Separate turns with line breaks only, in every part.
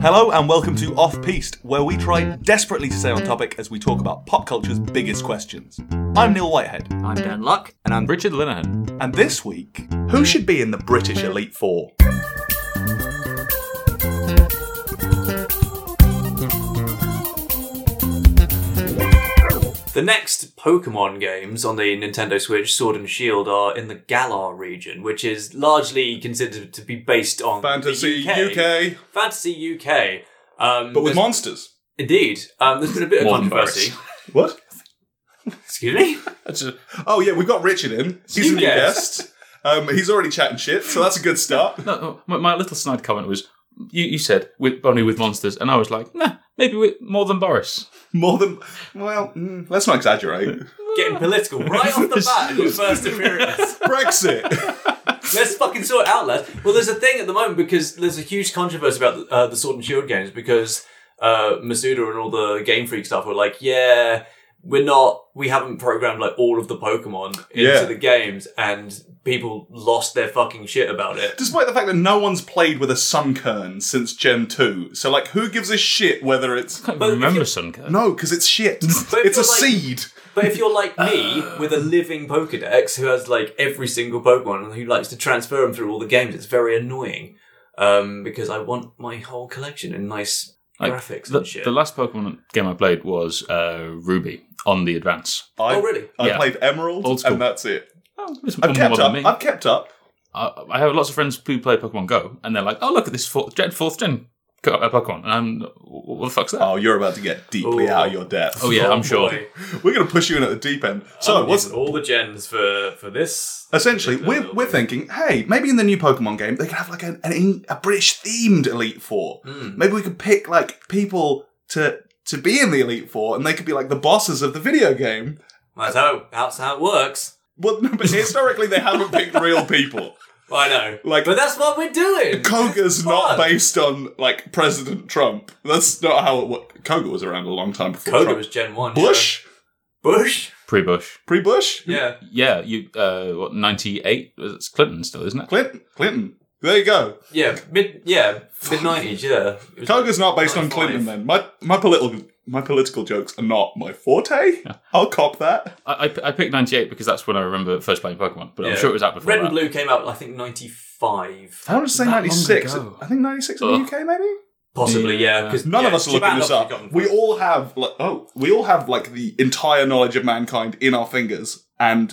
Hello and welcome to Off Piste, where we try desperately to stay on topic as we talk about pop culture's biggest questions. I'm Neil Whitehead,
I'm Dan Luck.
And I'm Richard Linehan.
and this week, who should be in the British Elite Four?
The next Pokemon games on the Nintendo Switch, Sword and Shield, are in the Galar region, which is largely considered to be based on the
Fantasy UK,
Fantasy UK. Um,
but with
there's-
monsters.
indeed, um, there's been a bit of
More than
controversy.
What?
Excuse me.
That's a- oh yeah, we've got Richard in. He's
You
a new
guessed.
guest. Um, he's already chatting shit, so that's a good start.
No, no, my, my little snide comment was, you, you said with only with monsters, and I was like, nah, maybe with more than Boris.
More than well, mm, let's not exaggerate.
Getting political right off the bat in your first appearance.
Brexit.
Let's fucking sort it out, lads. Well, there's a thing at the moment because there's a huge controversy about uh, the Sword and Shield games because uh, Masuda and all the Game Freak stuff were like, yeah, we're not, we haven't programmed like all of the Pokemon into
Yeah.
the games, and people lost their fucking shit about it.
Despite the fact that no one's played with a Sunkern since Gen 2, so like, who gives a shit whether it's.
I can't
But if
even remember
you-
Sunker.
No, because it's shit.
But
it's a
you're like-
seed.
But if you're like me with a living Pokedex who has like every single Pokemon and who likes to transfer them through all the games, it's very annoying. Um, because I want my whole collection in nice
Like,
graphics
the,
and shit.
the last Pokemon game I played was uh, Ruby on the Advance.
I,
Oh, really?
I
Yeah.
played Emerald,
Old school.
and that's it.
Oh, it's
I've
more
kept
than
up.
me.
I've kept up.
I, I have lots of friends who play Pokemon Go, and they're like, oh, look at this fourth gen, fourth gen co- uh, Pokemon. And I'm, what the fuck's that?
Oh, you're about to get deeply
Ooh.
out of your depth.
Oh, yeah, I'm sure.
boy.
We're going to push you in at the deep end. So, what's,
Using all the gens for for this?
essentially, we're, we're thinking, hey, maybe in the new Pokemon game, they could have like an, an Eng- a British themed Elite Four.
Hmm.
Mm.
Maybe we could pick like people to to be in the Elite Four, and they could be like the bosses of the video game.
That's how that's how it works.
Well, no, but historically, they haven't picked real people.
I know,
Like-
but that's what we're doing.
Koga's not
Fun.
based on like President Trump. That's not how it worked. Koga was around a long time before
Koga
Trump.
was Gen One.
Bush,
yeah. Bush,
Pre Bush.
pre-Bush,
yeah.
Yeah, you, uh, what, 98? It's Clinton still, isn't it?
Clinton, Clinton. There you go.
Yeah, mid yeah mid nineties. Yeah, It was
Koga's not based on
95.
Clinton. Then my my political my political jokes are not my forte. I'll cop that.
I, I, I picked 98 because that's when I remember first playing Pokemon, but
Yeah.
I'm sure it was out before
Red
that.
and blue came out, I think, 95.
I want to say
That long
ninety six.
ago.
I think ninety six in the
Ugh.
UK maybe.
Possibly, yeah.
Yeah.
Because
None of us are looking this up. We all have like oh we all have like the entire knowledge of mankind in our fingers, and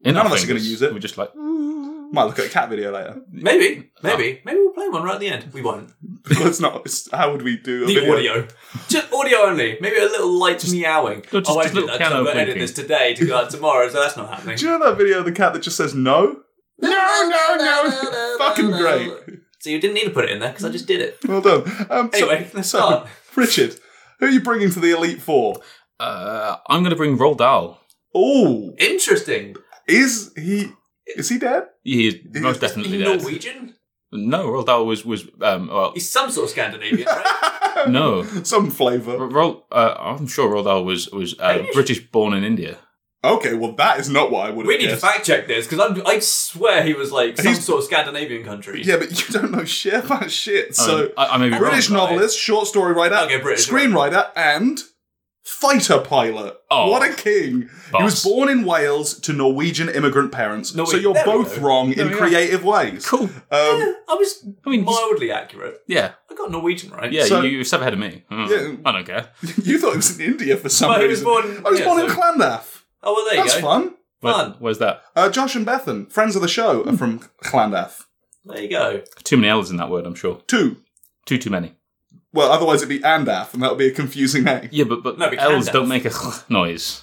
In
None
our
of us are gonna
fingers,
use it.
We're just like,
might look at a cat video later.
Maybe,
Ah.
maybe, maybe we'll play one right at the end. We won't.
Well, it's not. It's, how would we do a
The
video?
audio, just audio only. Maybe a little light meowing.
No, just-
oh, I
just
did
little
that.
piano
I'm gonna edit
blinking.
this today to go out tomorrow, so that's not happening.
Do you know that video of the cat that just says no? No, no, no. Fucking great.
So you didn't need to put it in there because I just did it.
Well done. Um, so-
Anyway, let's
so,
start.
Richard, who are you bringing to the Elite Four?
uh, I'm going to bring Roald Dahl.
Oh,
Interesting.
is he? Is he dead?
He is
He
most
is-
definitely
He's
dead.
Norwegian.
No, Roald Dahl was, was um, well,
He's some sort of Scandinavian, right?
no.
Some flavour.
R- Roald, uh, I'm sure Roald Dahl was, was uh,
British?
British born in India.
Okay, well that is not what I would
we
have
need to
guessed.
fact check this because I swear he was like some
He's-
sort of Scandinavian country.
yeah, but you don't know shit about shit. So,
I, I may be
British
Oh, wrong.
right?
novelist, short story writer,
Okay, British, right.
screenwriter, and fighter pilot.
Oh.
what a king! He was
Boss.
born in Wales to Norwegian immigrant parents,
Norwe-
so you're
there we
both
go.
wrong
There
in
we go.
creative ways.
Cool.
Um,
I was
I mean, he's-
mildly accurate.
yeah,
I got Norwegian right.
yeah,
So-
you, you're a step ahead of me. Uh,
Yeah.
I don't care.
you thought it was in India for some
Well, he was
reason.
born-
I was
yeah,
born in
so-
Llandaff.
Oh well, there you
That's
go.
fun.
Where-
Fun.
where's that?
Uh, Josh and Bethan, friends of the show, are from Llandaff.
There you go.
Too many L's in that word, I'm sure.
Two.
Too, too many.
Well, otherwise it'd be Andaff, and that would be a confusing name.
Yeah, but, but
No, but
L's
Candace.
don't make a noise.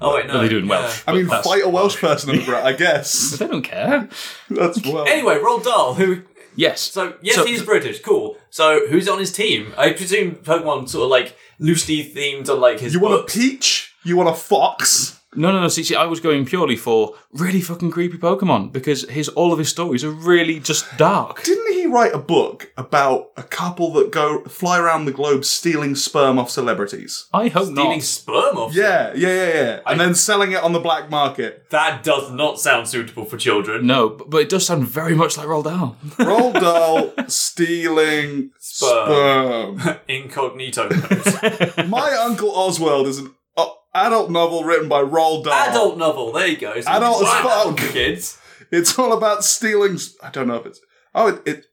Oh wait, no.
No, they do in
yeah.
Welsh.
I mean,
but that's-
fight a Welsh person over it, I guess.
They don't care.
That's well.
Anyway, Roald Dahl, who
Yes.
So yes,
So-
he's British. Cool. So who's on his team? I presume Pokemon sort of like loosely themed on like his.
You want a
books.
peach? You want a fox?
No, no, no. See, see, I was going purely for really fucking creepy Pokemon because his all of his stories are really just dark.
Didn't he write a book about a couple that go fly around the globe stealing sperm off celebrities?
I hope
Stealing
not.
sperm off.
Yeah, yeah, yeah, yeah. And then selling it on the black market.
That does not sound suitable for children.
No, but, but it does sound very much like Roald Dahl.
Roald Dahl stealing
Sperm.
sperm.
Incognito notes.
My Uncle Oswald is an uh, adult novel written by Roald Dahl.
Adult novel. There you go. It's
Adult as
right
fuck.
for Kids.
It's all about stealing. s- I don't know if it's. Oh, it, it.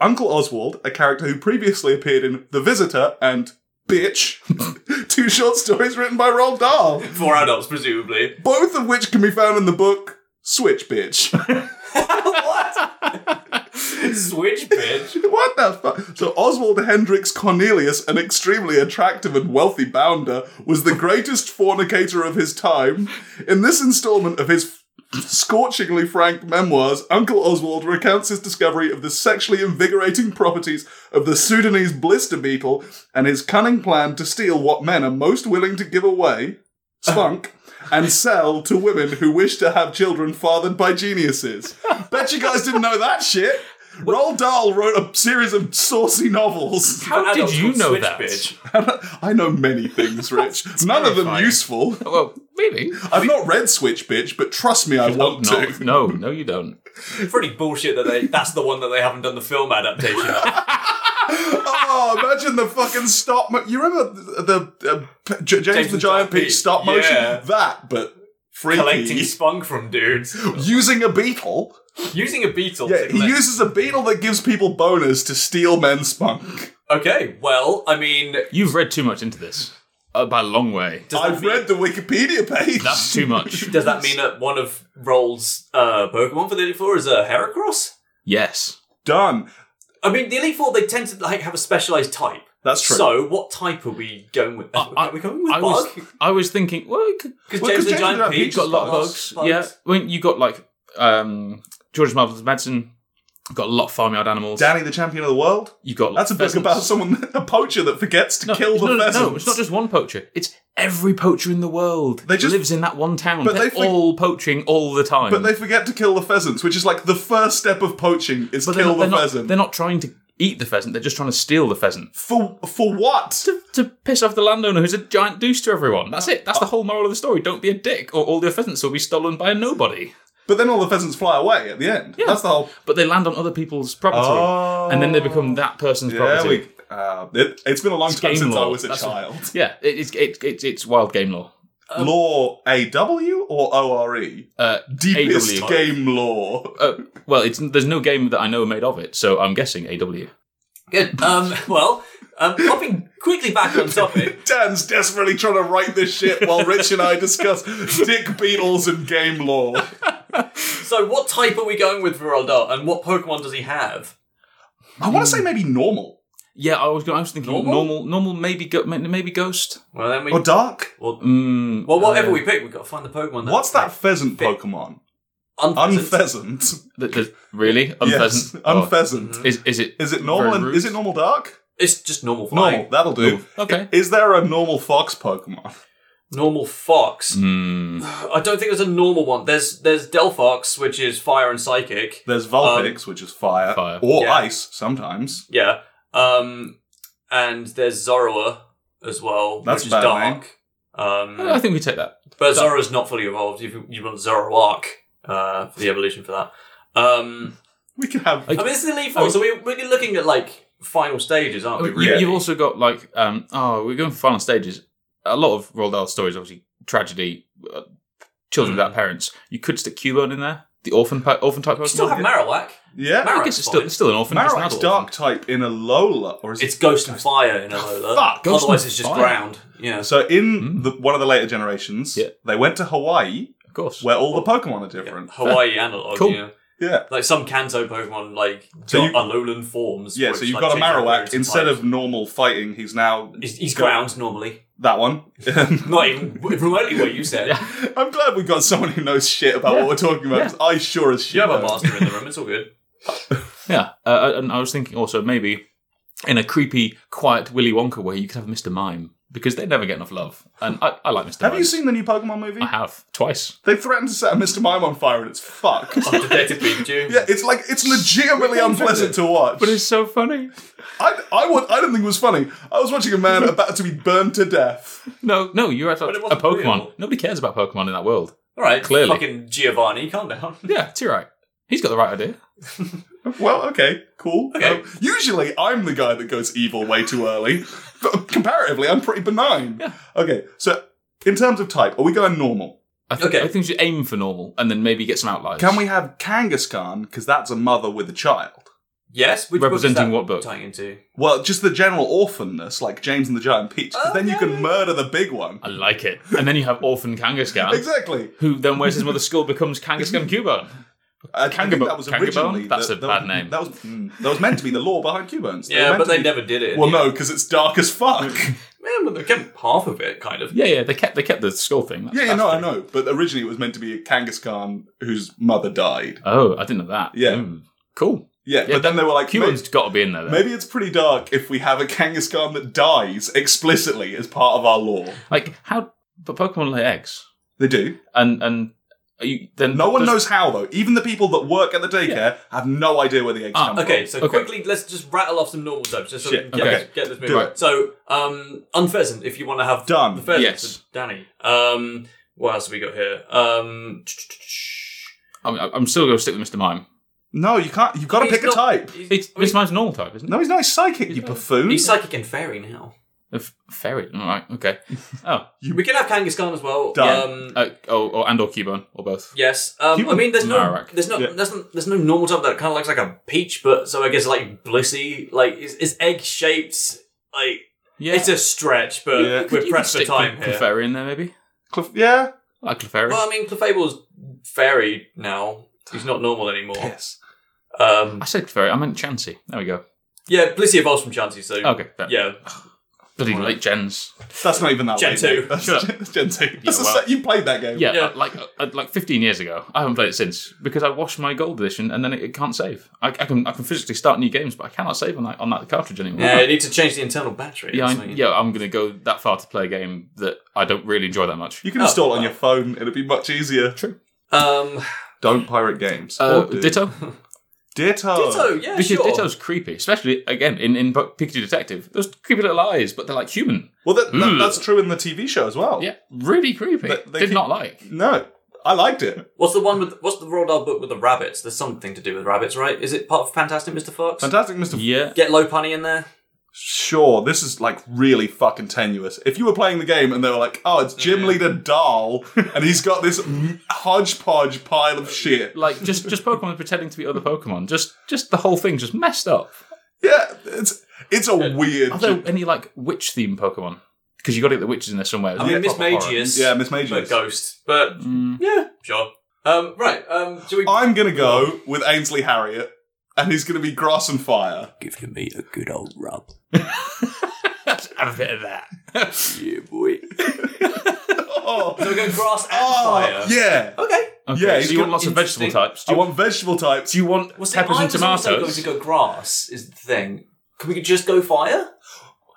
Uncle Oswald, a character who previously appeared in The Visitor and Bitch, two short stories written by Roald Dahl,
For adults, presumably.
both of which can be found in the book Switch Bitch.
what? Switch bitch.
What the fuck? So Oswald Hendricks Cornelius, an extremely attractive and wealthy bounder, was the greatest fornicator of his time. In this installment of his scorchingly frank memoirs, Uncle Oswald recounts his discovery of the sexually invigorating properties of the Sudanese blister beetle and his cunning plan to steal what men are most willing to give away, spunk. And sell to women who wish to have children fathered by geniuses. Bet you guys didn't know that shit. Roald Dahl wrote a series of saucy novels.
How
For
did
adults
you
called
know
Switch
that?
Bitch.
I know many things, Rich. None of them
terrifying.
useful.
well, maybe.
I've not read Switch Bitch, but trust me, I want
No,
to.
no, no, you don't.
Pretty bullshit that they. That's the one that they haven't done the film adaptation of.
Oh, imagine the fucking stop. Mo- you remember the, the uh, P- J- James, the Giant Peach stop motion?
Yeah.
That, but freaky.
collecting spunk from dudes
using a beetle.
using a beetle.
Yeah,
to
he
collect-
uses a beetle that gives people bonus to steal men's spunk.
okay, well, I mean,
You've read too much into this uh, by a long way.
does that
I've
mean,
read the Wikipedia page.
That's too much.
Does that mean that one of Roll's uh, Pokemon for the Elite Four is a Heracross?
yes.
Done.
I mean, the Elite Four they tend to like have a specialized type.
That's true.
So, what type are we going with?
I- I-
are we going with
I was,
bug? Because
I was thinking, well, it could-
Well, 'cause
James the
James
Giant
the Giant
Peach
Peach
got a lot of
bugs.
bugs. Yeah, when you got like um, George Marvel's Madsen, got a lot of farmyard animals.
Danny, the champion of the world.
you got
That's a book
pheasants.
about someone, a poacher that forgets to kill the
no, no,
pheasants.
No, it's not just one poacher. It's every poacher in the world.
They just-
lives in that one town.
But
They're
they think-
all poaching all the time.
But they forget to kill the pheasants, which is like the first step of poaching is
But they're
kill
not- they're
the
not-
pheasant.
They're not trying to eat the pheasant. They're just trying to steal the pheasant
for for what?
to, to piss off the landowner, who's a giant douche to everyone. That's it. That's the whole moral of the story. Don't be a dick, or all the pheasants will be stolen by a nobody.
But then all the pheasants fly away at the end. That's the whole.
But they land on other people's property,
Oh.
and then they become that person's
Yeah,
property.
we. Uh, it, it's been a long time
game
since I
law.
was a
That's what- Um,
child.
Yeah, it, it's it, it's it's wild game law.
law A W or O R E?
Uh,
Deepest
AW.
game law.
uh, well, it's there's no game that I know made of it, so I'm guessing AW.
Good. Um, well, um, hopping quickly back on topic.
Dan's desperately trying to write this shit while Rich and I discuss dick beetles and game law.
So, what type are we going with for Roald Dahl, and what Pokemon does he have?
I want to say maybe normal
Yeah, I was. go- I was thinking
Normal?
normal. Normal, maybe, go, maybe ghost.
Well, then we.
or dark.
Well,
Mm,
well whatever
uh,
we pick, we've got to find the Pokemon. That
What's that pheasant Pokemon? Unpheasant.
Unpheasant.
th- th- really
Yes,
unpheasant. Oh.
unpheasant.
Is is it?
Is it normal?
Very
And,
rude.
is it normal dark?
It's just normal flying.
Normal. That'll do.
Okay.
Is there a normal fox Pokemon?
normal fox.
Hmm.
I don't think there's a normal one. There's there's Delphox, which is fire and psychic.
There's Vulpix, which is fire,
Um, Fire.
or
Yeah.
ice sometimes.
Yeah. Um, and there's Zorua as well,
That's
which is
a bad
dark.
I I
Um,
think we take that.
but Zorua's not fully evolved. You you want Zoroark uh, for the evolution for that. Um,
We can have.
I mean, it's the Elite Four, so we, we're looking at like final stages, aren't we?
You-
Really?
You've also got like, um, oh, we're going for final stages. A lot of Roald Dahl stories, obviously, tragedy, uh, children
Hmm.
without parents. You could stick Cubone in there, the orphan pa- orphan type
You still
Pokemon.
have Marowak.
yeah.
Mar-
I guess it's still, it's still an orphan. just an
Marowak's
adult
dark type in Alola, or is
It's
it?
Ghost and Fire in Alola.
Fuck,
Ghost
Otherwise,
and
it's just
Fire.
ground. Yeah.
So in the, one of the later generations,
Yeah.
they went to Hawaii,
orphan, of course.
where all the Pokemon are different.
Hawaii analog.
Cool.
Yeah.
Yeah.
Like some Kanto Pokemon, like
So
got
you-
Alolan forms.
Yeah,
which,
so you've
like,
got a
change their
Marowak
appearance and
instead
types.
of normal fighting. He's now
he's, he's ground normally,
that one.
not even remotely what you said.
Yeah.
I'm glad we got someone who knows shit about
Yeah.
what we're talking about. 'cause I sure as shit.
You have a
don't.
master in the room; it's all good.
Yeah, uh, and I was thinking also maybe in a creepy, quiet Willy Wonka way, you could have Mr. Mime. because they never get enough love. And I, I like Mr.
Have
Mime.
you seen the new Pokemon movie?
I have twice.
They threatened to set a Mr. Mime on fire and it's fucked.
I'm Detective Pikachu.
yeah, it's like it's legitimately unpleasant to watch.
But it's so funny.
I, I, wa- I didn't think it was funny. I was watching a man about to be burned to death.
No, no, you're actually
But it
a
wasn't
Pokemon.
real.
Nobody cares about Pokemon in that world.
All right,
Clearly.
fucking Giovanni, calm down.
Yeah, it's right. He's got the right idea.
Well, okay, cool.
Okay.
Um, usually, I'm the guy that goes evil way too early. But comparatively, I'm pretty benign.
Yeah.
Okay, so in terms of type, are we going normal?
I think,
Okay.
I think we should aim for normal and then maybe get some outliers.
Can we have Kangaskhan? Because that's a mother with a child.
Yes, which book is
Representing
that
what book?
Tying into
Well, just the general orphanness, like James and the Giant Peach. 'cause then you
Okay.
can murder the big one.
I like it. And then you have Orphan Kangaskhan,
Exactly.
who then wears his mother's skull, becomes Kangaskhan Cubone.
I think
Kangabo-
that was
Kangabone?
originally.
That's
that-
a
that
bad
was-
name.
That was mm, that was meant to be the law behind Cubans. were
yeah,
meant
but
to
they
be-
never did it.
Well, no, because it's dark as fuck.
man, but they kept half of it, kind of.
Yeah, yeah, they kept they kept the skull thing. That's-
yeah, you
that's
know, I
true.
know. But originally, it was meant to be a Kangaskhan whose mother died.
Oh, I didn't know that.
Yeah.
Mm. Cool.
Yeah,
Yeah,
but then they were like, maybe,
Cubone's got to be in there, though.
maybe it's pretty dark if we have a Kangaskhan that dies explicitly as part of our law.
Like, how. But Pokemon lay eggs.
They do.
And. and are you, then
No one
does-
knows how though. Even the people that work at the daycare have no idea where the eggs
Ah,
come
Okay, so
Okay.
quickly, let's just rattle off some normal subs just so we
Shit,
can get,
okay.
get this
Do
moving. So, um, unpheasant, if you want to have
Done.
the pheasant,
Yes.
so Danny. Um, what else have we got here? Um,
I mean, I- I'm still going to stick with Mr. Mime.
from. No, you can't. You've got to
He's
pick a
not-
type.
he's-
It's,
I mean,
Mr. Mime's normal type, isn't it?
No, he's not. He's psychic. You buffoon.
he's psychic and fairy now.
A f- fairy. All right. Okay. Oh.
We can have Kangaskhan as well.
Done.
Um,
Uh, oh, or, and or Cubone, or both.
Yes, um, I
Human
mean, there's no,
Marowak.
there's no,
Yeah.
there's no, there's no normal type that kind of looks like a peach, but so I guess like blissy, like it's, it's egg shaped. Like
Yeah.
it's a stretch, but
Yeah.
Could
we're
you
pressed for
stick
time
Clef-
here.
Clefairy in there, maybe.
Clef- yeah.
I like Clefairy.
Well, I mean, Clefable's fairy now. He's not normal anymore.
Yes.
Um,
I said Clefairy. I meant Chansey. There we go.
yeah, Blissey evolves from Chansey, so
Okay. That,
yeah,
Bloody late gens.
That's not even that.
Gen
late.
two.
That's,
Shut
that's Gen two. That's the
well.
set- you played that game.
Yeah,
Yeah.
uh, like uh, like 15 years ago. I haven't played it since because I washed my gold edition and then it, it can't save. I, I can I can physically start new games, but I cannot save on that on that cartridge anymore.
yeah, you need to change the internal battery.
yeah,
or
I,
something.
yeah. I'm gonna go that far to play a game that I don't really enjoy that much.
You can
Oh,
install it on
well.
your phone. It'd be much easier.
Um,
Don't pirate games.
Uh,
Or do.
Ditto,
Ditto.
Ditto, yeah,
because
sure.
Ditto's creepy, especially again in in Bo- Pikachu Detective. Those creepy little eyes, but they're like human.
Well, that, that-
Ugh.
that's true in the TV show as well.
Yeah, really creepy.
But they
Did
keep-
not like.
No, I liked it.
What's the one with what's the Roald Dahl book with the rabbits? There's something to do with rabbits, right? Is it part of Fantastic Mr. Fox?
Fantastic Mr.
Yeah,
Get low punny in there.
Sure, this is like really fucking tenuous. If you were playing the game and they were like, "Oh, it's gym leader Dahl, and he's got this m- hodgepodge pile of shit,"
like just just Pokemon pretending to be other Pokemon. Just just the whole thing just messed up.
yeah, it's it's a weird.
Are there any like witch themed Pokemon? Because you got to get the witches in there somewhere.
I mean,
Yeah.
Miss
Proper horror.
Magius.
yeah, Miss
But
Majors.
ghost. But
Mm,
yeah, sure. Um, right. Um, do we
I'm gonna go with Ainsley Harriott, and he's gonna be Gross and Fire.
give your meat a good old rub?
have a bit of that.
Yeah, boy.
Oh,
So we're going grass and fire.
oh, yeah.
Okay.
okay,
Yeah,
so
he's
you want
got
lots of vegetable
interesting-
types. Do
I
you,
want vegetable types.
do you want
Well, see,
peppers
I
and
was also going
tomatoes?
to go grass is the thing. Can we just go fire?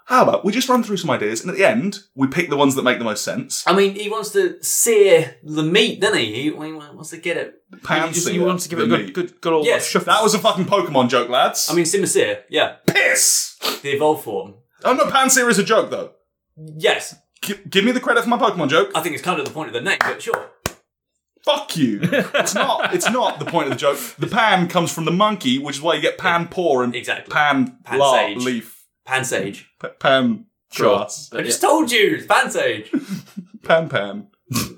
How about we just run through some ideas, and at the end, we pick the ones that make the most sense.
I mean, he wants to sear the meat, doesn't he? He, he wants to get it.
you, just, you
Pansier
want to give it a
than
good,
me.
good, good old
Yes,
shuffle.
That was a fucking Pokemon joke, lads.
I mean, Simisear, yeah,
piss.
the evolved form.
Oh no, Panseer is a joke though.
Yes,
Gi- give me the credit for my Pokemon joke.
I think it's kind of the point of the name, but sure.
Fuck you. it's not. It's not the point of the joke. The pan comes from the monkey, which is why you get pan paw and
Exactly.
pan,
Pan
la-
sage.
leaf,
Pansage.
P- pan
Sure.
grass,
I
Yeah.
just told you, it's Pansage.
pan pan.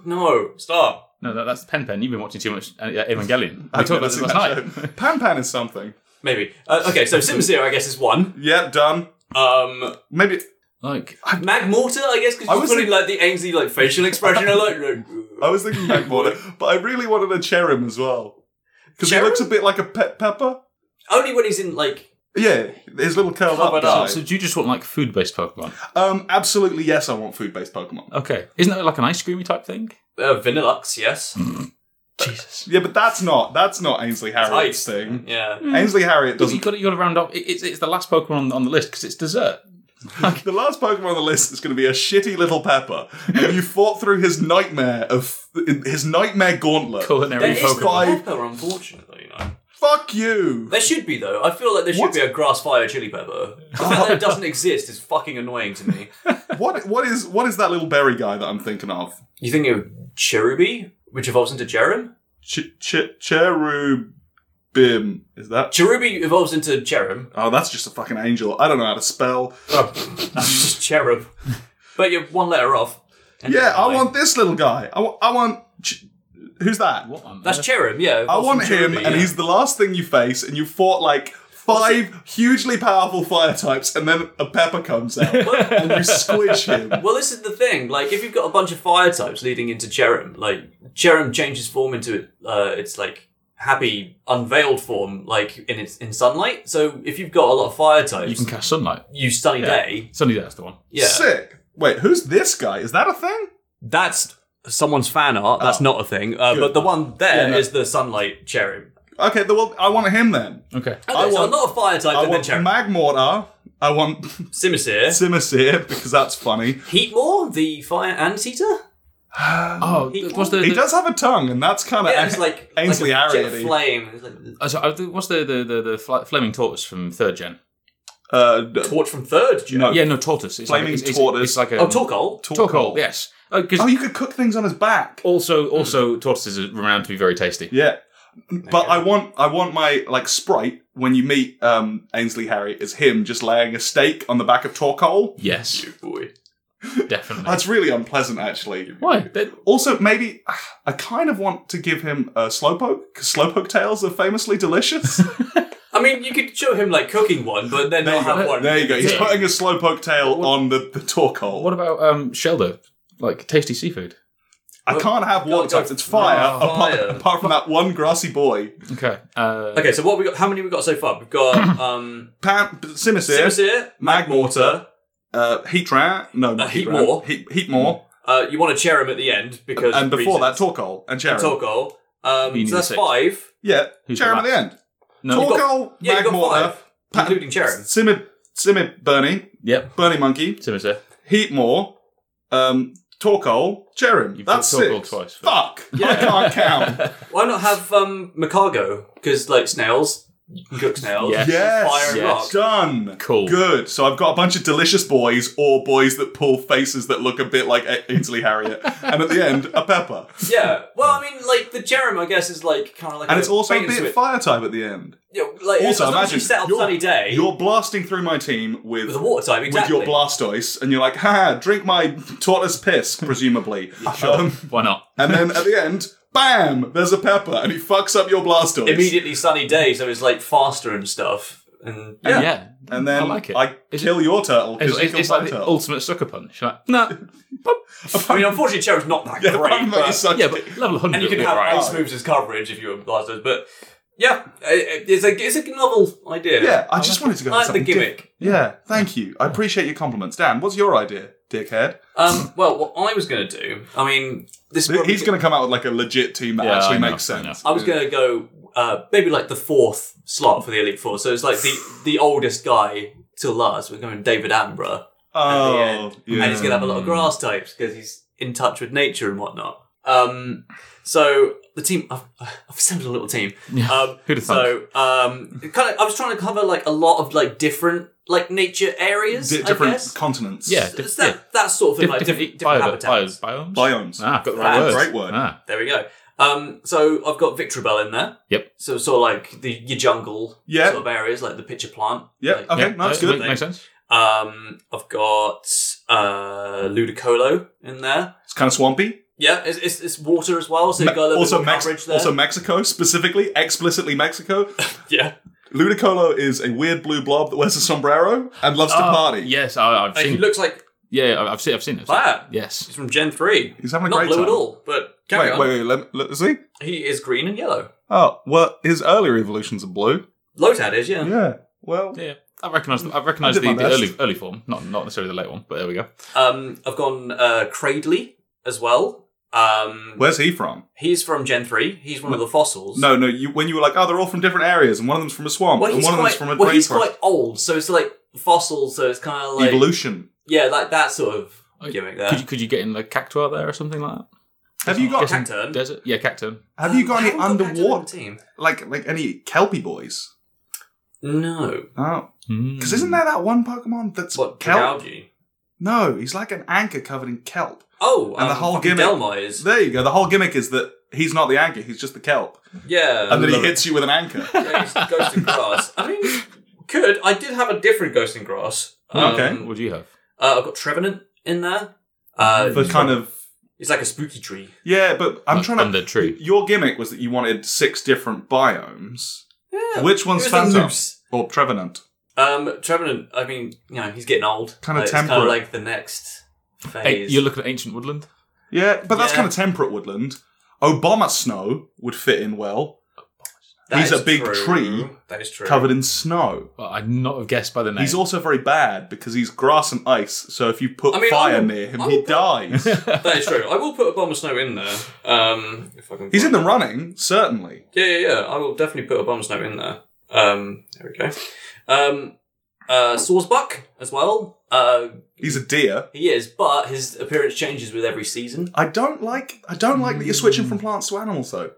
no, stop.
No, that, that's Pen Pen. You've been watching too much uh, yeah, Evangelion. We
I've
talked
never
about this
seen
last
that
night.
show. pan pan is something.
Maybe. Uh, okay, so Simisear, I guess, is one.
Yep, done.
Um,
Maybe
Like,
Mag Mortar, I guess, because
I
you're
was
putting like the Ainsley like facial expression alone.
I was thinking Magmortar, but I really wanted a Cherim as well because he
Cherim?
looks a bit like a pet pepper.
Only when he's in like
Yeah, his little curled
Covered
up guy.
up.
so do you just want like food based Pokemon?
Um, absolutely yes, I want food based Pokemon.
Okay, isn't that like an ice creamy type thing?
uh, Vanillux, yes.
Jesus.
Yeah, but that's not that's not Ainsley Harriot's
Ice
thing.
Yeah.
Ainsley Harriott
You
doesn't
got you got to round off. It, it's, it's the last Pokemon on, on the list because it's dessert.
the last Pokemon on the list is going to be a shitty little Pepper. And you fought through his nightmare of his nightmare gauntlet.
Culinary
There is
Pokemon.
no
Pokemon.
pepper, unfortunately. You know.
Fuck you.
There should be though. I feel like there should
What?
be a grass fire chili pepper. The fact that it doesn't exist is fucking annoying to me.
What what is what is that little berry guy that I'm thinking of?
You think of Cherubi, which evolves into Jerem?
Ch- ch- cherubim is that?
Cherubi evolves into Jerem.
Oh, that's just a fucking angel. I don't know how to spell.
Oh, that's just cherub. But you're one letter off.
Yeah, I
Anyway.
want this little guy. I wa- I want. Ch- who's that?
What on
That's
earth?
Cherub, yeah.
I want him, and he's the last thing you face, and you fought like five hugely powerful fire types, and then a pepper comes out, and you squish him.
Well, this is the thing. Like, if you've got a bunch of fire types leading into Cherim, like Cherim changes form into uh, its like happy unveiled form, like in its in sunlight. So if you've got a lot of fire types,
You can cast sunlight.
use Sunny
Yeah.
Day.
Sunny Day, that's the one.
Yeah,
Sick. Wait, who's this guy? Is that a thing?
that's someone's fan art. That's
Oh.
not a thing. Uh, but the one there
Yeah,
is
no.
the sunlight Cherim.
Okay, then, well, I want him then.
Okay.
Okay,
I
so
want-
a lot of fire types
I
and then
want
Cherim.
Magmortar. I want
Simisear,
Simisear because that's funny.
Heatmore, the fire anteater.
Oh,
Um, He-
what's the,
He
the-
does have a tongue, and that's uh, kind of
Yeah, it's like
Ainsley
like a jet
Ariady.
flame. It's like
uh, so, uh, the- what's the the the, the fl- flaming tortoise from third gen?
uh,
torch from third. Gen.
no.
Yeah, no tortoise. It's
Flaming
like, it's, it's-
tortoise.
It's, like a
Oh, Torkoal.
Torkoal, Yes. Uh, 'cause
Oh, you could cook things on his back.
also also tortoises are renowned to be very tasty.
Yeah. But
Yeah.
I want I want my like sprite when you meet um Ainsley Harry is him just laying a steak on the back of Torkoal.
Yes,
Boy.
definitely.
That's really unpleasant actually.
Why? They-
Also, maybe I kind of want to give him a slowpoke because slowpoke tails are famously delicious.
I mean, you could show him like cooking one, but then
there,
not
you
have
go.
one.
there you go. He's
Yeah.
putting a slowpoke tail
What-
on the, the Torkoal.
what about um Shelder? Like tasty seafood.
I can't have
Go-
water
go-
types. It's fire.
No,
apart,
fire.
apart from that one grassy boy,
Okay. Uh,
Okay, so what we got? How many we got so far? We've got um,
Pam Simisir,
Simisir, Magmortar.
uh, Heatran. No, not
Heatmore.
Heatran. Heat, Heatmore,
Uh, you want to cheer him at the end because
and before that,
reasons.
Torkoal and Charon.
Torkoal. Um, so
You need
that's
six.
five.
Yeah,
Who's
Cherim at
the
the end.
No.
got-
Torkoal,
Yeah, you got
Magmortar,
five,
Pa-
including Cherim.
Simid, Simid Bernie,
Yep.
Bernie Monkey,
Similar.
Heatmore, um, Torkoal, Cherim.
You've
That's
got Torkoal
six.
twice, but-
Fuck, I
Yeah.
can't count.
Why not have um, Macargo? Because like snails, you can cook snails.
Yes.
Yes.
Fire and
Yes.
rock.
Done.
Cool.
Good. So I've got a bunch of delicious boys or boys that pull faces that look a bit like A- Ainsley Harriet, and at the end, a pepper.
Yeah. Well, I mean, like the Jerem, I guess, is like kind of like.
And
a
it's also a
bait and
bit
switch.
fire type at the end.
Yeah, like,
Also,
as long as you
imagine
set up
you're-
sunny day
You're blasting through my team
with a water type. Exactly.
with your Blastoise, and you're like, ha, drink my tortoise piss, presumably. Um,
Why not?
and then at the end, bam, there's a pepper, and he fucks up your Blastoise.
immediately sunny day, so it's like faster and stuff. And yeah,
Yeah.
And then
I like it. It's-
kill your turtle
It's,
because you
it's,
kill
it's
my
like the
turtle.
ultimate sucker punch. You're Like, no.
I mean, unfortunately, Cherub's not that
Yeah,
great.
I'm like,
but-
such
Yeah,
a-
but level 100
and you can
would be
have
alright.
ice moves as coverage if you were blasters, but yeah, it- it's a it's a novel idea.
yeah, I just wanted to go
I
with
like the
something
gimmick.
diff- Yeah, thank you. I appreciate your compliments. Dan, what's your idea, dickhead?
Um, well, what I was gonna do, I mean, this is probably-
He's going to come out with like a legit team that
Yeah,
actually
I know,
makes
I know.
sense.
I was gonna go uh, maybe like the fourth slot for the Elite Four, so it's like the the oldest guy till last. We're going David Ambra,
Oh,
at the end.
yeah.
and he's gonna have a lot of grass types because he's in touch with nature and whatnot. Um, so the team, I've, I've assembled a little team.
Yeah.
Um,
Who'd have thunk?
so um, kind of, I was trying to cover like a lot of like different like nature areas,
Di-
I
different
guess.
continents.
Yeah,
So
diff-
it's that, that sort of thing,
Diff-
like
diff-
different, different,
bio-
habitats.
bio- biomes.
Biomes.
Ah, got the
That's
right word.
a great word.
Ah,
There we go. Um, so I've got Victrobel in there.
Yep.
So sort of like the your jungle
Yeah.
sort of areas, like the pitcher plant.
Yeah,
Like,
okay,
yeah,
no, that's
that
good.
Makes sense.
Um, I've got uh, Ludicolo in there.
It's kind of swampy.
Yeah, it's, it's, it's water as well, so you've got a little
also,
bit more
Mex-
coverage there.
also Mexico, specifically, explicitly Mexico.
yeah.
Ludicolo is a weird blue blob that wears a sombrero and loves to
Oh,
Ah,
party.
Yes, I, I've
And he
seen.
looks like
yeah, I- I've seen. I've seen it.
that.
Yes.
He's from Gen 3.
He's having a
Not
great
blue
time.
at all, but carry
Wait,
on.
wait, wait, let, let, see.
He is green and yellow.
Oh, well, his earlier evolutions are blue.
Lotad is, yeah.
Yeah. Well,
Yeah, I recognise. I recognise
I
the,
did my
the early
best.
early form, not not necessarily the late one, but there we go.
Um, I've gone uh, Cradley as well. Um,
Where's he from?
he's from Gen three. He's one of the fossils.
No, no. You, when you were like, oh, they're all from different areas, and one of them's from a swamp,
well,
and
he's
one of
quite
them's from a
well, he's
rainforest.
quite old, so it's like fossils. So it's kind of like
Evolution.
yeah, like that sort of
Oh,
gimmick there.
Could you, could you get in the cactuar there or something like that?
Have you got?
Guessing
Cacturn?
Desert? Yeah, cacturn.
Have you
Um,
got
I
any
haven't got Cacturn on
underwater?
the team?
Like, like any kelpie boys?
No,
Oh, because
Mm.
isn't there that one Pokemon that's
Hmm. what
kelp?
Dragalge?
No, he's like an anchor covered in kelp.
Oh,
And the
um,
whole
fucking
gimmick-
Delmize.
There you go. The whole gimmick is that he's not the anchor; he's just the kelp,
Yeah,
and then he
love it.
hits you with an anchor.
Yeah, he's Ghost in Grass. I mean, could I did have a different Ghost in Grass?
Okay.
What would you have?
Uh, I've got Trevenant in there. Uh,
for kind of
it's like a spooky tree.
yeah, but I'm
Like,
trying to.
under tree.
Your gimmick was that you wanted six different biomes.
Yeah,
Which
it
one's
was like
Phantom
loose.
or Trevenant?
Um, Trevenant. I mean, you know, he's getting old.
Kinda
Like, it's kinda
temperate.
like the next phase.
Hey, you're looking at ancient woodland.
Yeah, but that's
Yeah.
kind of temperate woodland. Obama Snow would fit in well,
That
he's a
is
big
true.
tree
That is true.
covered in snow.
Well, I'd not have guessed by the name.
He's also very bad because he's grass and ice. So if you put
I mean,
fire
I'll-
near him,
I'll
he
put-
dies.
That is true. I will put a bomb of snow in there. Um, if I can
he's in
find
the
it.
running, certainly.
Yeah, yeah, yeah. I will definitely put a bomb of snow in there. Um, there we go. Um, uh, Sawsbuck as well. Uh,
He's a deer.
he is, but his appearance changes with every season.
I don't like. I don't like that you're switching from plants to animals, though.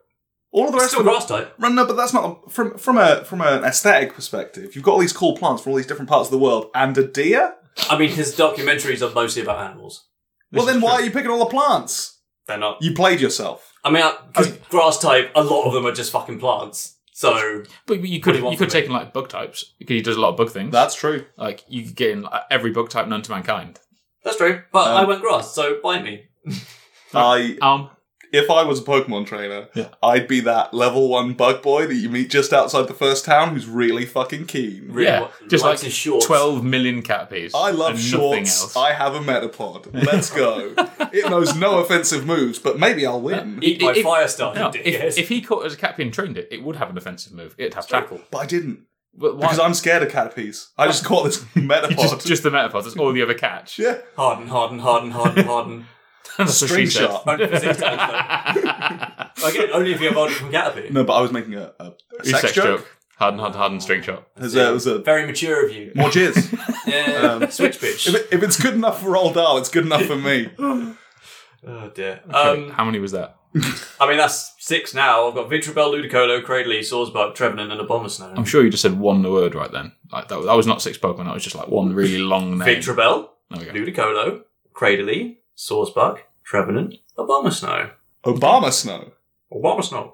All of the
It's
rest
still
of them
grass type.
Well, no, but that's not from from a from an aesthetic perspective. You've got all these cool plants from all these different parts of the world, and a deer.
I mean, his documentaries are mostly about animals.
well,
This
then
is
why
true.
are you picking all the plants?
They're not.
You played yourself.
I mean, because grass type, a lot of them are just fucking plants. So
But you could
do you
have
want
you could have
from me?
taken like bug types because he does a lot of bug things.
That's true.
like you could get in like, every bug type known to mankind.
that's true. But
Um,
I went grass, so bite me.
I
Um,
if I was a Pokemon trainer,
Yeah.
I'd be that level one bug boy that you meet just outside the first town who's really fucking keen.
Really,
Yeah,
wa-
just
likes
like
his shorts.
twelve million caterpies.
I love
and nothing
shorts.
else.
I have a Metapod. Let's go. it knows no offensive moves, but maybe I'll win.
Eat
If-
my
if-
fire starter,
No,
dickheads.
if, if he caught as a caterpie and trained it, it would have an offensive move. It'd have tackle.
but I didn't
But why?
because I'm scared of caterpies. I just caught this Metapod.
just, just the metapod. That's all the other catch.
yeah.
Harden, harden, harden, harden, harden.
That's what
String
she said.
shot.
Only for six times, though. Again, only if you're evolved from Caterpie.
No, but I was making a, a
It's
sex, joke.
Harden, harden, harden, string shot.
There's a, there's a
Very mature of you.
more jizz.
Yeah.
Um,
Switch
if,
bitch.
it, if it's good enough for Old Dahl, it's good enough for me.
Oh dear.
Okay,
Um,
How many was that?
I mean, that's six now. I've got Vitrabel, Ludicolo, Cradley, Sawsbuck, Trevenant, and Abomasnow.
I'm sure you just said one word right then. Like that, that was not six Pokemon. That was just like one really long name. Uh,
Vitrabel,
There we go.
Ludicolo, Cradley, Sawsbuck, Trevenant, Abomasnow.
Obama Snow.
Abomasnow.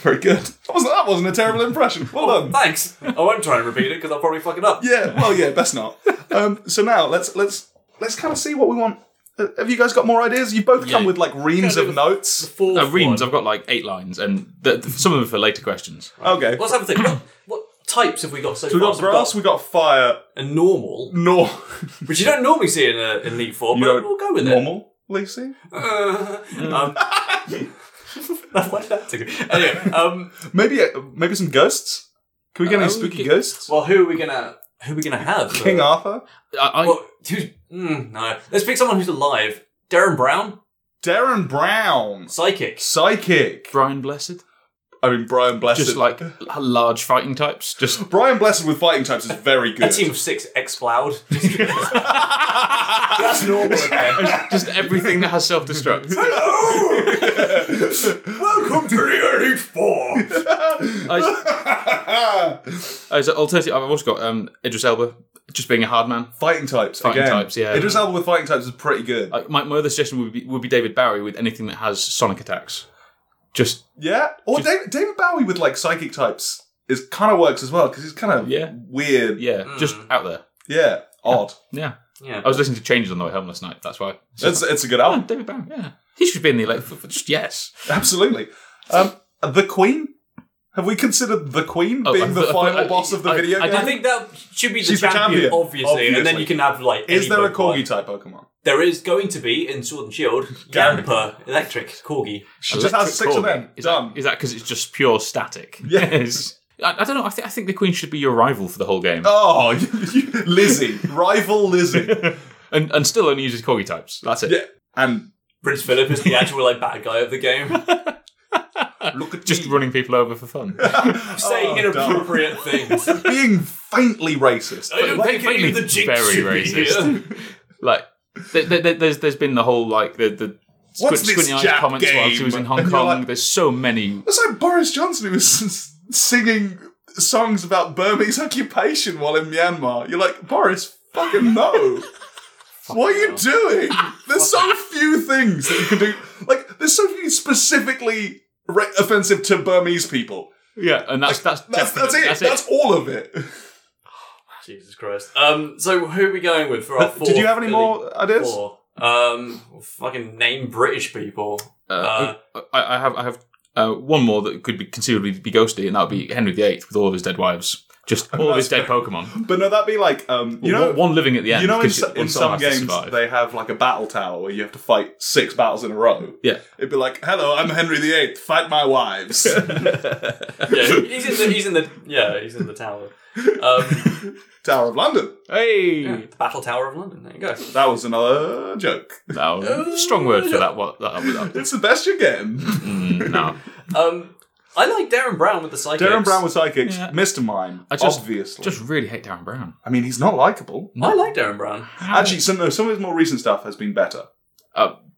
Very good. That wasn't, that wasn't a terrible impression. Well
Oh,
done.
thanks. I won't try and repeat it because I'll probably fuck it up.
Yeah. Well, yeah. Best not. Um, so now let's let's let's kind of see what we want. Uh, have you guys got more ideas? You both come
Yeah.
with like reams
Yeah,
of
the- The
notes.
fourth
Uh, reams.
one.
I've got like eight lines, and the, the- some of them for later questions.
Okay.
Let's have a think. What, what types have we got so,
So we
far?
got grass.
So
We got fire.
we've got a normal,
Nor
which you don't normally see in a in Elite Four,
You
but
don't-
we'll go with it.
normal. Lucy.
Uh, um, why did that tickle you? Anyway, um,
Maybe uh, maybe some ghosts. Can we get
Uh,
any
we
spooky
could-
ghosts?
well, who are we gonna who are we gonna have?
King
Uh,
Arthur.
I, I,
well, who's, mm, no, let's pick someone who's alive. Darren Brown,
Darren Brown.
psychic.
Psychic.
Brian Blessed,
I mean, Brian Blessed.
just like large fighting types. Just
Brian Blessed with fighting types is very
A
good.
team of six exploud. That's normal. Again.
just everything that has self destruct.
Welcome to the Elite Four.
I, as an Uh, alternative, I've also got um, Idris Elba, just being a hard man.
fighting types.
Fighting
again.
types, yeah.
Idris Elba with fighting types is pretty good.
Like my, my other suggestion would be would be David Bowie with anything that has sonic attacks. Just
yeah. Or David, David Bowie with like psychic types is kind of works as well because he's kind of
Yeah.
weird. Yeah.
yeah, just
Mm.
out there.
Odd.
Yeah,
Yeah.
I was listening to Changes on the way home last night. That's why. It's just
It's, it's a good
like,
album.
oh, David Bowie. Yeah, he should be in the elect. f- f- Just yes.
Absolutely. Um, the Queen. Have we considered the Queen
Oh,
being
I
the
thought-
final
I thought- I-
boss of the
I-
video
I
game?
I think that should be the
She's the
champion,
champion,
obviously, and then
obviously.
you can have like.
is
any
there a
Pokemon.
Corgi type Pokemon?
There is going to be in Sword and Shield
Gary.
Yamper Electric Corgi.
She just has
Electric
six of
Corgi.
them.
Is
Done.
That, is that because it's just pure static?
Yes.
I, I don't know. I think I think the Queen should be your rival for the whole game,
Oh, you, you- Lizzie, rival Lizzie,
and and still only uses corgi types. That's it.
Yeah. and
Prince Philip is the actual like bad guy of the game,
Oh, Look at
Just
me.
running people over for fun.
saying
Oh,
inappropriate things. I
being faintly racist. but
don't
like-
think any of the jinx
very
should be
racist.
here.
like, th- th- th- there's there's been the whole like the the squint,
What's this
squinty eyes
Jap
comments while
game?
she was in
And
Hong
you're
Kong.
like-
there's so many.
It's like Boris Johnson who was singing songs about Burmese occupation while in Myanmar. You're like, Boris, fucking no. what are you doing? There's so few things that you can do. Like, there's so few specifically re- offensive to Burmese people.
Yeah, and that's that's
That's, that's it.
definite-
That's, all of it.
Jesus Christ. Um, so who are we going with for our four?
Did you have any more ideas?
Four. Um, fucking name British people.
Uh, I, I have I have uh, one more that could be conceivably be ghosty, and that would be Henry VIII with all of his dead wives, just all of his dead Pokemon.
But no, that'd be like, um, you know,
one, one living at the end.
you know, in,
'cause
so-
one
in
still
some
has to
games
survive.
they have like a battle tower where you have to fight six battles in a row.
Yeah.
It'd be like, "Hello, I'm Henry VIII. Fight my wives."
Yeah, he's in the he's in the yeah he's in the tower. Um,
Tower of London.
Hey,
the Battle Tower of London. There you go.
That was another joke.
no, strong word for that. What that, that,
It's the best you're getting.
mm, no,
Um, I like Darren Brown with the psychics.
Darren Brown with psychics,
Yeah.
Mr. Mime,
I just-
obviously.
just really hate Darren Brown.
I mean, he's not likable.
I like Darren Brown.
Actually, some, no, some of his more recent stuff has been better.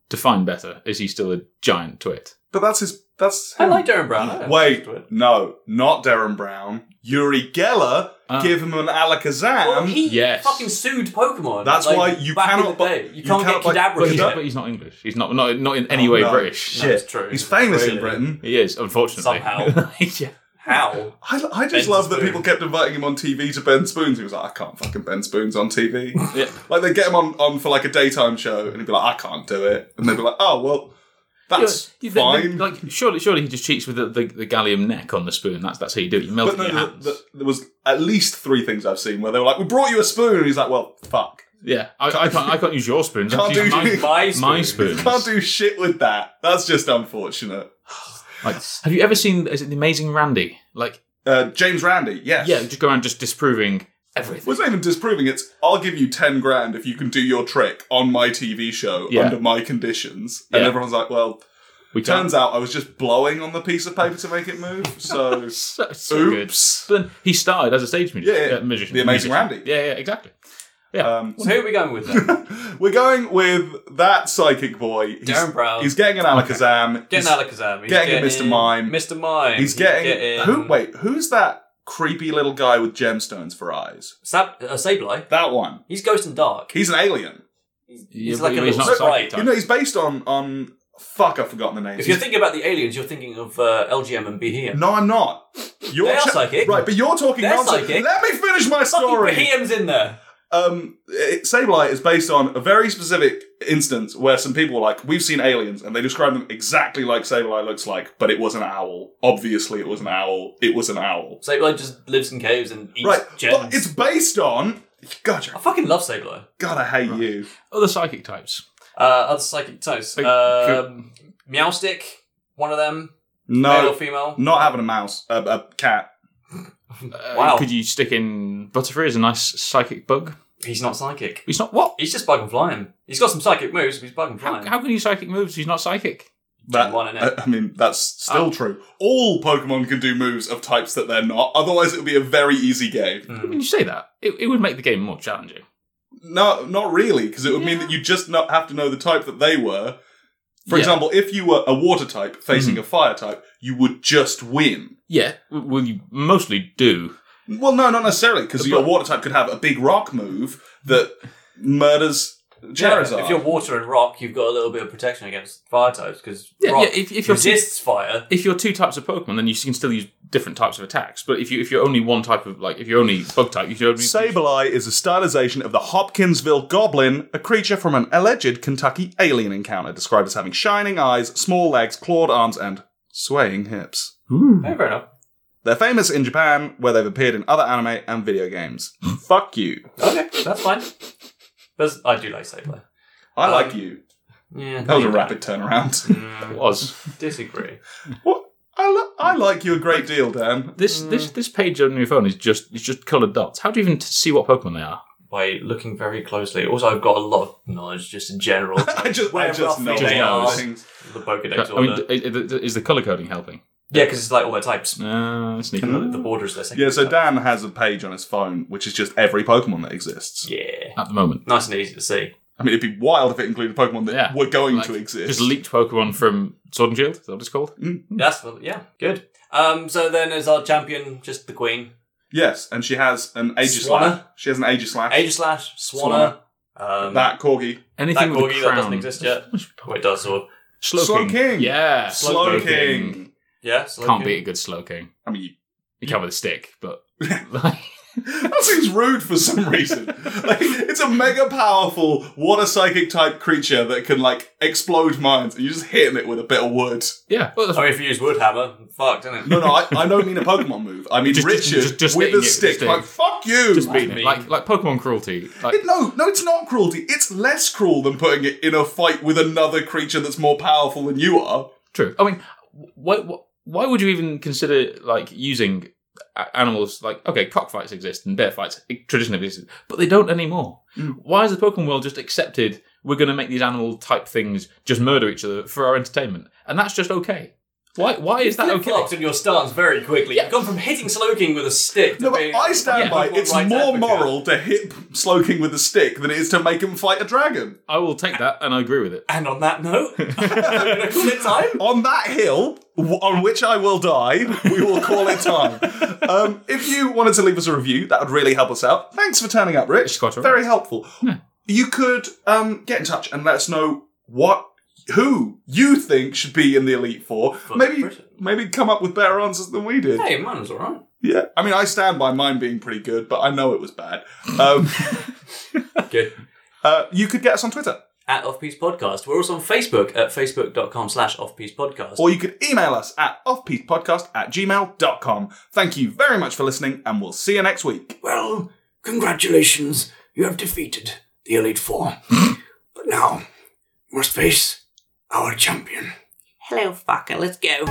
define better. Is he still a giant twit?
But that's his. That's
I
him. Uh,
like Darren Brown. I don't
Wait,
know.
no, not Darren Brown. Yuri Geller.
Ah.
give him an Alakazam.
Well, he
yes.
fucking sued Pokemon.
That's
like,
why you
back in
cannot
the
buy-
day. You,
you
can't
cannot buy-
get
But
Kadabra
he's,
yet.
but he's not English. He's not not not in any way
Oh, no.
British.
Shit.
That's true.
He's famous
Really?
in Britain.
He is, unfortunately.
Somehow.
yeah.
How?
I, I just
Ben
love that
Spoon.
people kept inviting him on TV to Ben Spoons. He was like, I can't fucking Ben Spoons on TV.
Yeah.
like they get him on, on for like a daytime show, and he'd be like, I can't do it, and they'd be like, Oh well, that's
Yeah, the- the-
fine.
like surely, surely he just cheats with the, the, the gallium neck on the spoon. That's that's how you do it. You melt
but
it in
no,
your
the,
hands.
the, there was at least three things I've seen where they were like, We brought you a spoon, and he's like, Well, fuck,
yeah, I, I can't I can't use your spoons. I
Can't
have to
do-
use
My
my, my
spoon.
spoons.
can't do shit with that. That's just unfortunate.
Like, have you ever seen? Is it the Amazing Randy? Like,
Uh, James Randy, yes,
yeah, just go around just disproving everything.
Well, it's not even disproving. It's I'll give you ten grand if you can do your trick on my TV show
Yeah.
under my conditions, and
Yeah.
everyone's like, "Well,
We can't.
turns out I was just blowing on the piece of paper to make it move." So,
So, so good.
oops.
But then he started as a stage musician.
Yeah, yeah.
uh, musician
The Amazing
musician.
Randy.
Yeah, yeah, exactly.
Um,
So who are we going with then?
We're going with that psychic boy. He's,
Darren Brown.
he's getting an Alakazam. he's,
getting Alakazam. He's
getting a Mr. Mime.
Mr. Mime.
He's getting, who? Wait, who's that creepy little guy with gemstones for eyes?
Sab- uh, Sableye.
That one.
He's Ghost and Dark.
He's an alien.
Yeah,
like
but
a
he's
little
not
sprite.
psychic
You know, he's based on on. Fuck, I've forgotten the name.
if you're thinking about the aliens, you're thinking of uh, LGM and Behem.
no, I'm not. You're
They are
cha-
psychic.
right? But you're talking
They're
nonsense.
psychic.
Let me finish my
Fucking
story.
Behem's in there.
Um, it, Sableye is based on a very specific instance where some people were like, "We've seen aliens," and they describe them exactly like Sableye looks like, but it was an owl. Obviously, it was an owl. It was an owl.
Sableye just lives in caves and eats
Right,
gems.
but it's based on. God,
I
you're-
fucking love Sableye.
God, I hate you.
Other psychic types.
Uh, other psychic types.
Hey,
Um, Meowstick, one of them, male or
No,
female.
not having a mouse, a, a cat.
Uh,
Wow.
Could you stick in Butterfree as a nice psychic bug?
He's not psychic.
He's not what?
He's just bug and flying. He's got some psychic moves, but he's bug and
How,
flying.
how can you psychic moves? if He's not psychic.
That,
One in it. Ah.
I, I mean, that's still true. All Pokemon can do moves of types that they're not. Otherwise, it would be a very easy game.
When
Hmm.
you say that, it, it would make the game more challenging.
No, not really, because it would mean
Yeah.
that you just not have to know the type that they were. For
Yeah.
example, if you were a water type
Mm-hmm.
facing a fire type, you would just win.
Yeah. w- Well, you mostly do.
Well, no, not necessarily, because your
But-
water type could have a big rock move that murders
Yeah,
Charizard.
if you're water and rock, you've got a little bit of protection against fire types because
Yeah.
rock
yeah if, if you're two,
resists fire.
if you're two types of Pokemon, then you can still use different types of attacks. But if you if you're only one type of like if you're only bug type, you should only
Sableye is a stylization of the Hopkinsville Goblin, a creature from an alleged Kentucky alien encounter, described as having shining eyes, small legs, clawed arms, and swaying hips.
Yeah, Oh, fair enough.
They're famous in Japan, where they've appeared in other anime and video games. Fuck you.
Okay, that's fine. That's, I do like Sableye.
I
Um,
like you.
Yeah,
That was a rapid turnaround.
Mm,
was.
disagree.
what? I, li- I like you a great deal, Dan.
This this this page on your phone is just it's just coloured dots. How do you even t- see what Pokemon they are?
by looking very closely. Also, I've got a lot of knowledge just in general.
I just, I
Where
just
roughly
know
they
all
are.
those things.
the Pokedex
I mean,
order.
i- i- is the color coding helping?
Yeah, because it's like all their types.
Uh, sneaky.
Mm.
The borders they're
Yeah, so Dan has a page on his phone which is just every Pokemon that exists.
Yeah.
At the moment,
Nice and easy to see.
I mean, it'd be wild if it included Pokemon that
Yeah.
were going
Like,
to exist.
just leaked Pokemon from Sword and Shield. Is that what it's called?
Mm.
That's well, yeah, good. Um, so then as our champion, just the queen,
yes, and she has an Aegislash.
Swanna.
She has an Aegislash.
Aegislash, Swanna, um,
that Corgi.
Anything
That
with
corgi
a
that
crown.
doesn't exist yet. what it does, or
Slow,
Slow
King.
King.
Yeah.
Slow
King.
King.
yeah, so
Can't
like-
beat a good Slow King.
I mean, you-
You can with a stick, but
that seems rude for some reason. like, it's a mega powerful water psychic type creature that can like explode mines, and you're just hitting it with a bit of wood.
yeah. Well, that's
I mean, if you use wood hammer, fuck, doesn't
No,
it?
no, I, I don't mean a Pokemon move. I mean
Just- just-
Richard
just- just
with
hitting
a
it with a
stick.
stick.
Like fuck you.
just beating
mean.
it. Like like Pokemon cruelty. Like
It- no, no, it's not cruelty. It's less cruel than putting it in a fight with another creature that's more powerful than you are.
True. I mean, why wh- why would you even consider like using a- animals? Like okay, cockfights exist and bear fights i- traditionally exist, but they don't anymore.
Mm.
Why has the Pokemon world just accepted we're going to make these animal type things just murder each other for our entertainment, and that's just okay? Why why is that okay?
Flip-flops in your stance very quickly. You've gone from hitting Slowking with a stick to
No, but
being-
I stand
Yeah.
by.
Right
It's more
advocate.
moral to hit Slowking with a stick than it is to make him fight a dragon.
I will take that and I agree with it.
And on that note, I'm gonna call it time.
on that hill w- on which I will die, we will call it time. um, if you wanted to leave us a review, that would really help us out. Thanks for turning up, Rich.
It's quite all
Very helpful.
Yeah.
You could um, get in touch and let us know what, who you think should be in the Elite Four. maybe,
Britain.
maybe come up with better answers than we did.
Hey, mine was alright.
Yeah. I mean, I stand by mine being pretty good, but I know it was bad. Um,
Good.
uh, you could get us on Twitter,
At Off Piece Podcast. We're also on Facebook at facebook.com slash Off Piece Podcast.
or you could email us at offpeacepodcast at gmail.com. Thank you very much for listening, and we'll see you next week.
Well, congratulations. You have defeated the Elite Four. but now, you must face our champion. Hello, fucker. Let's go.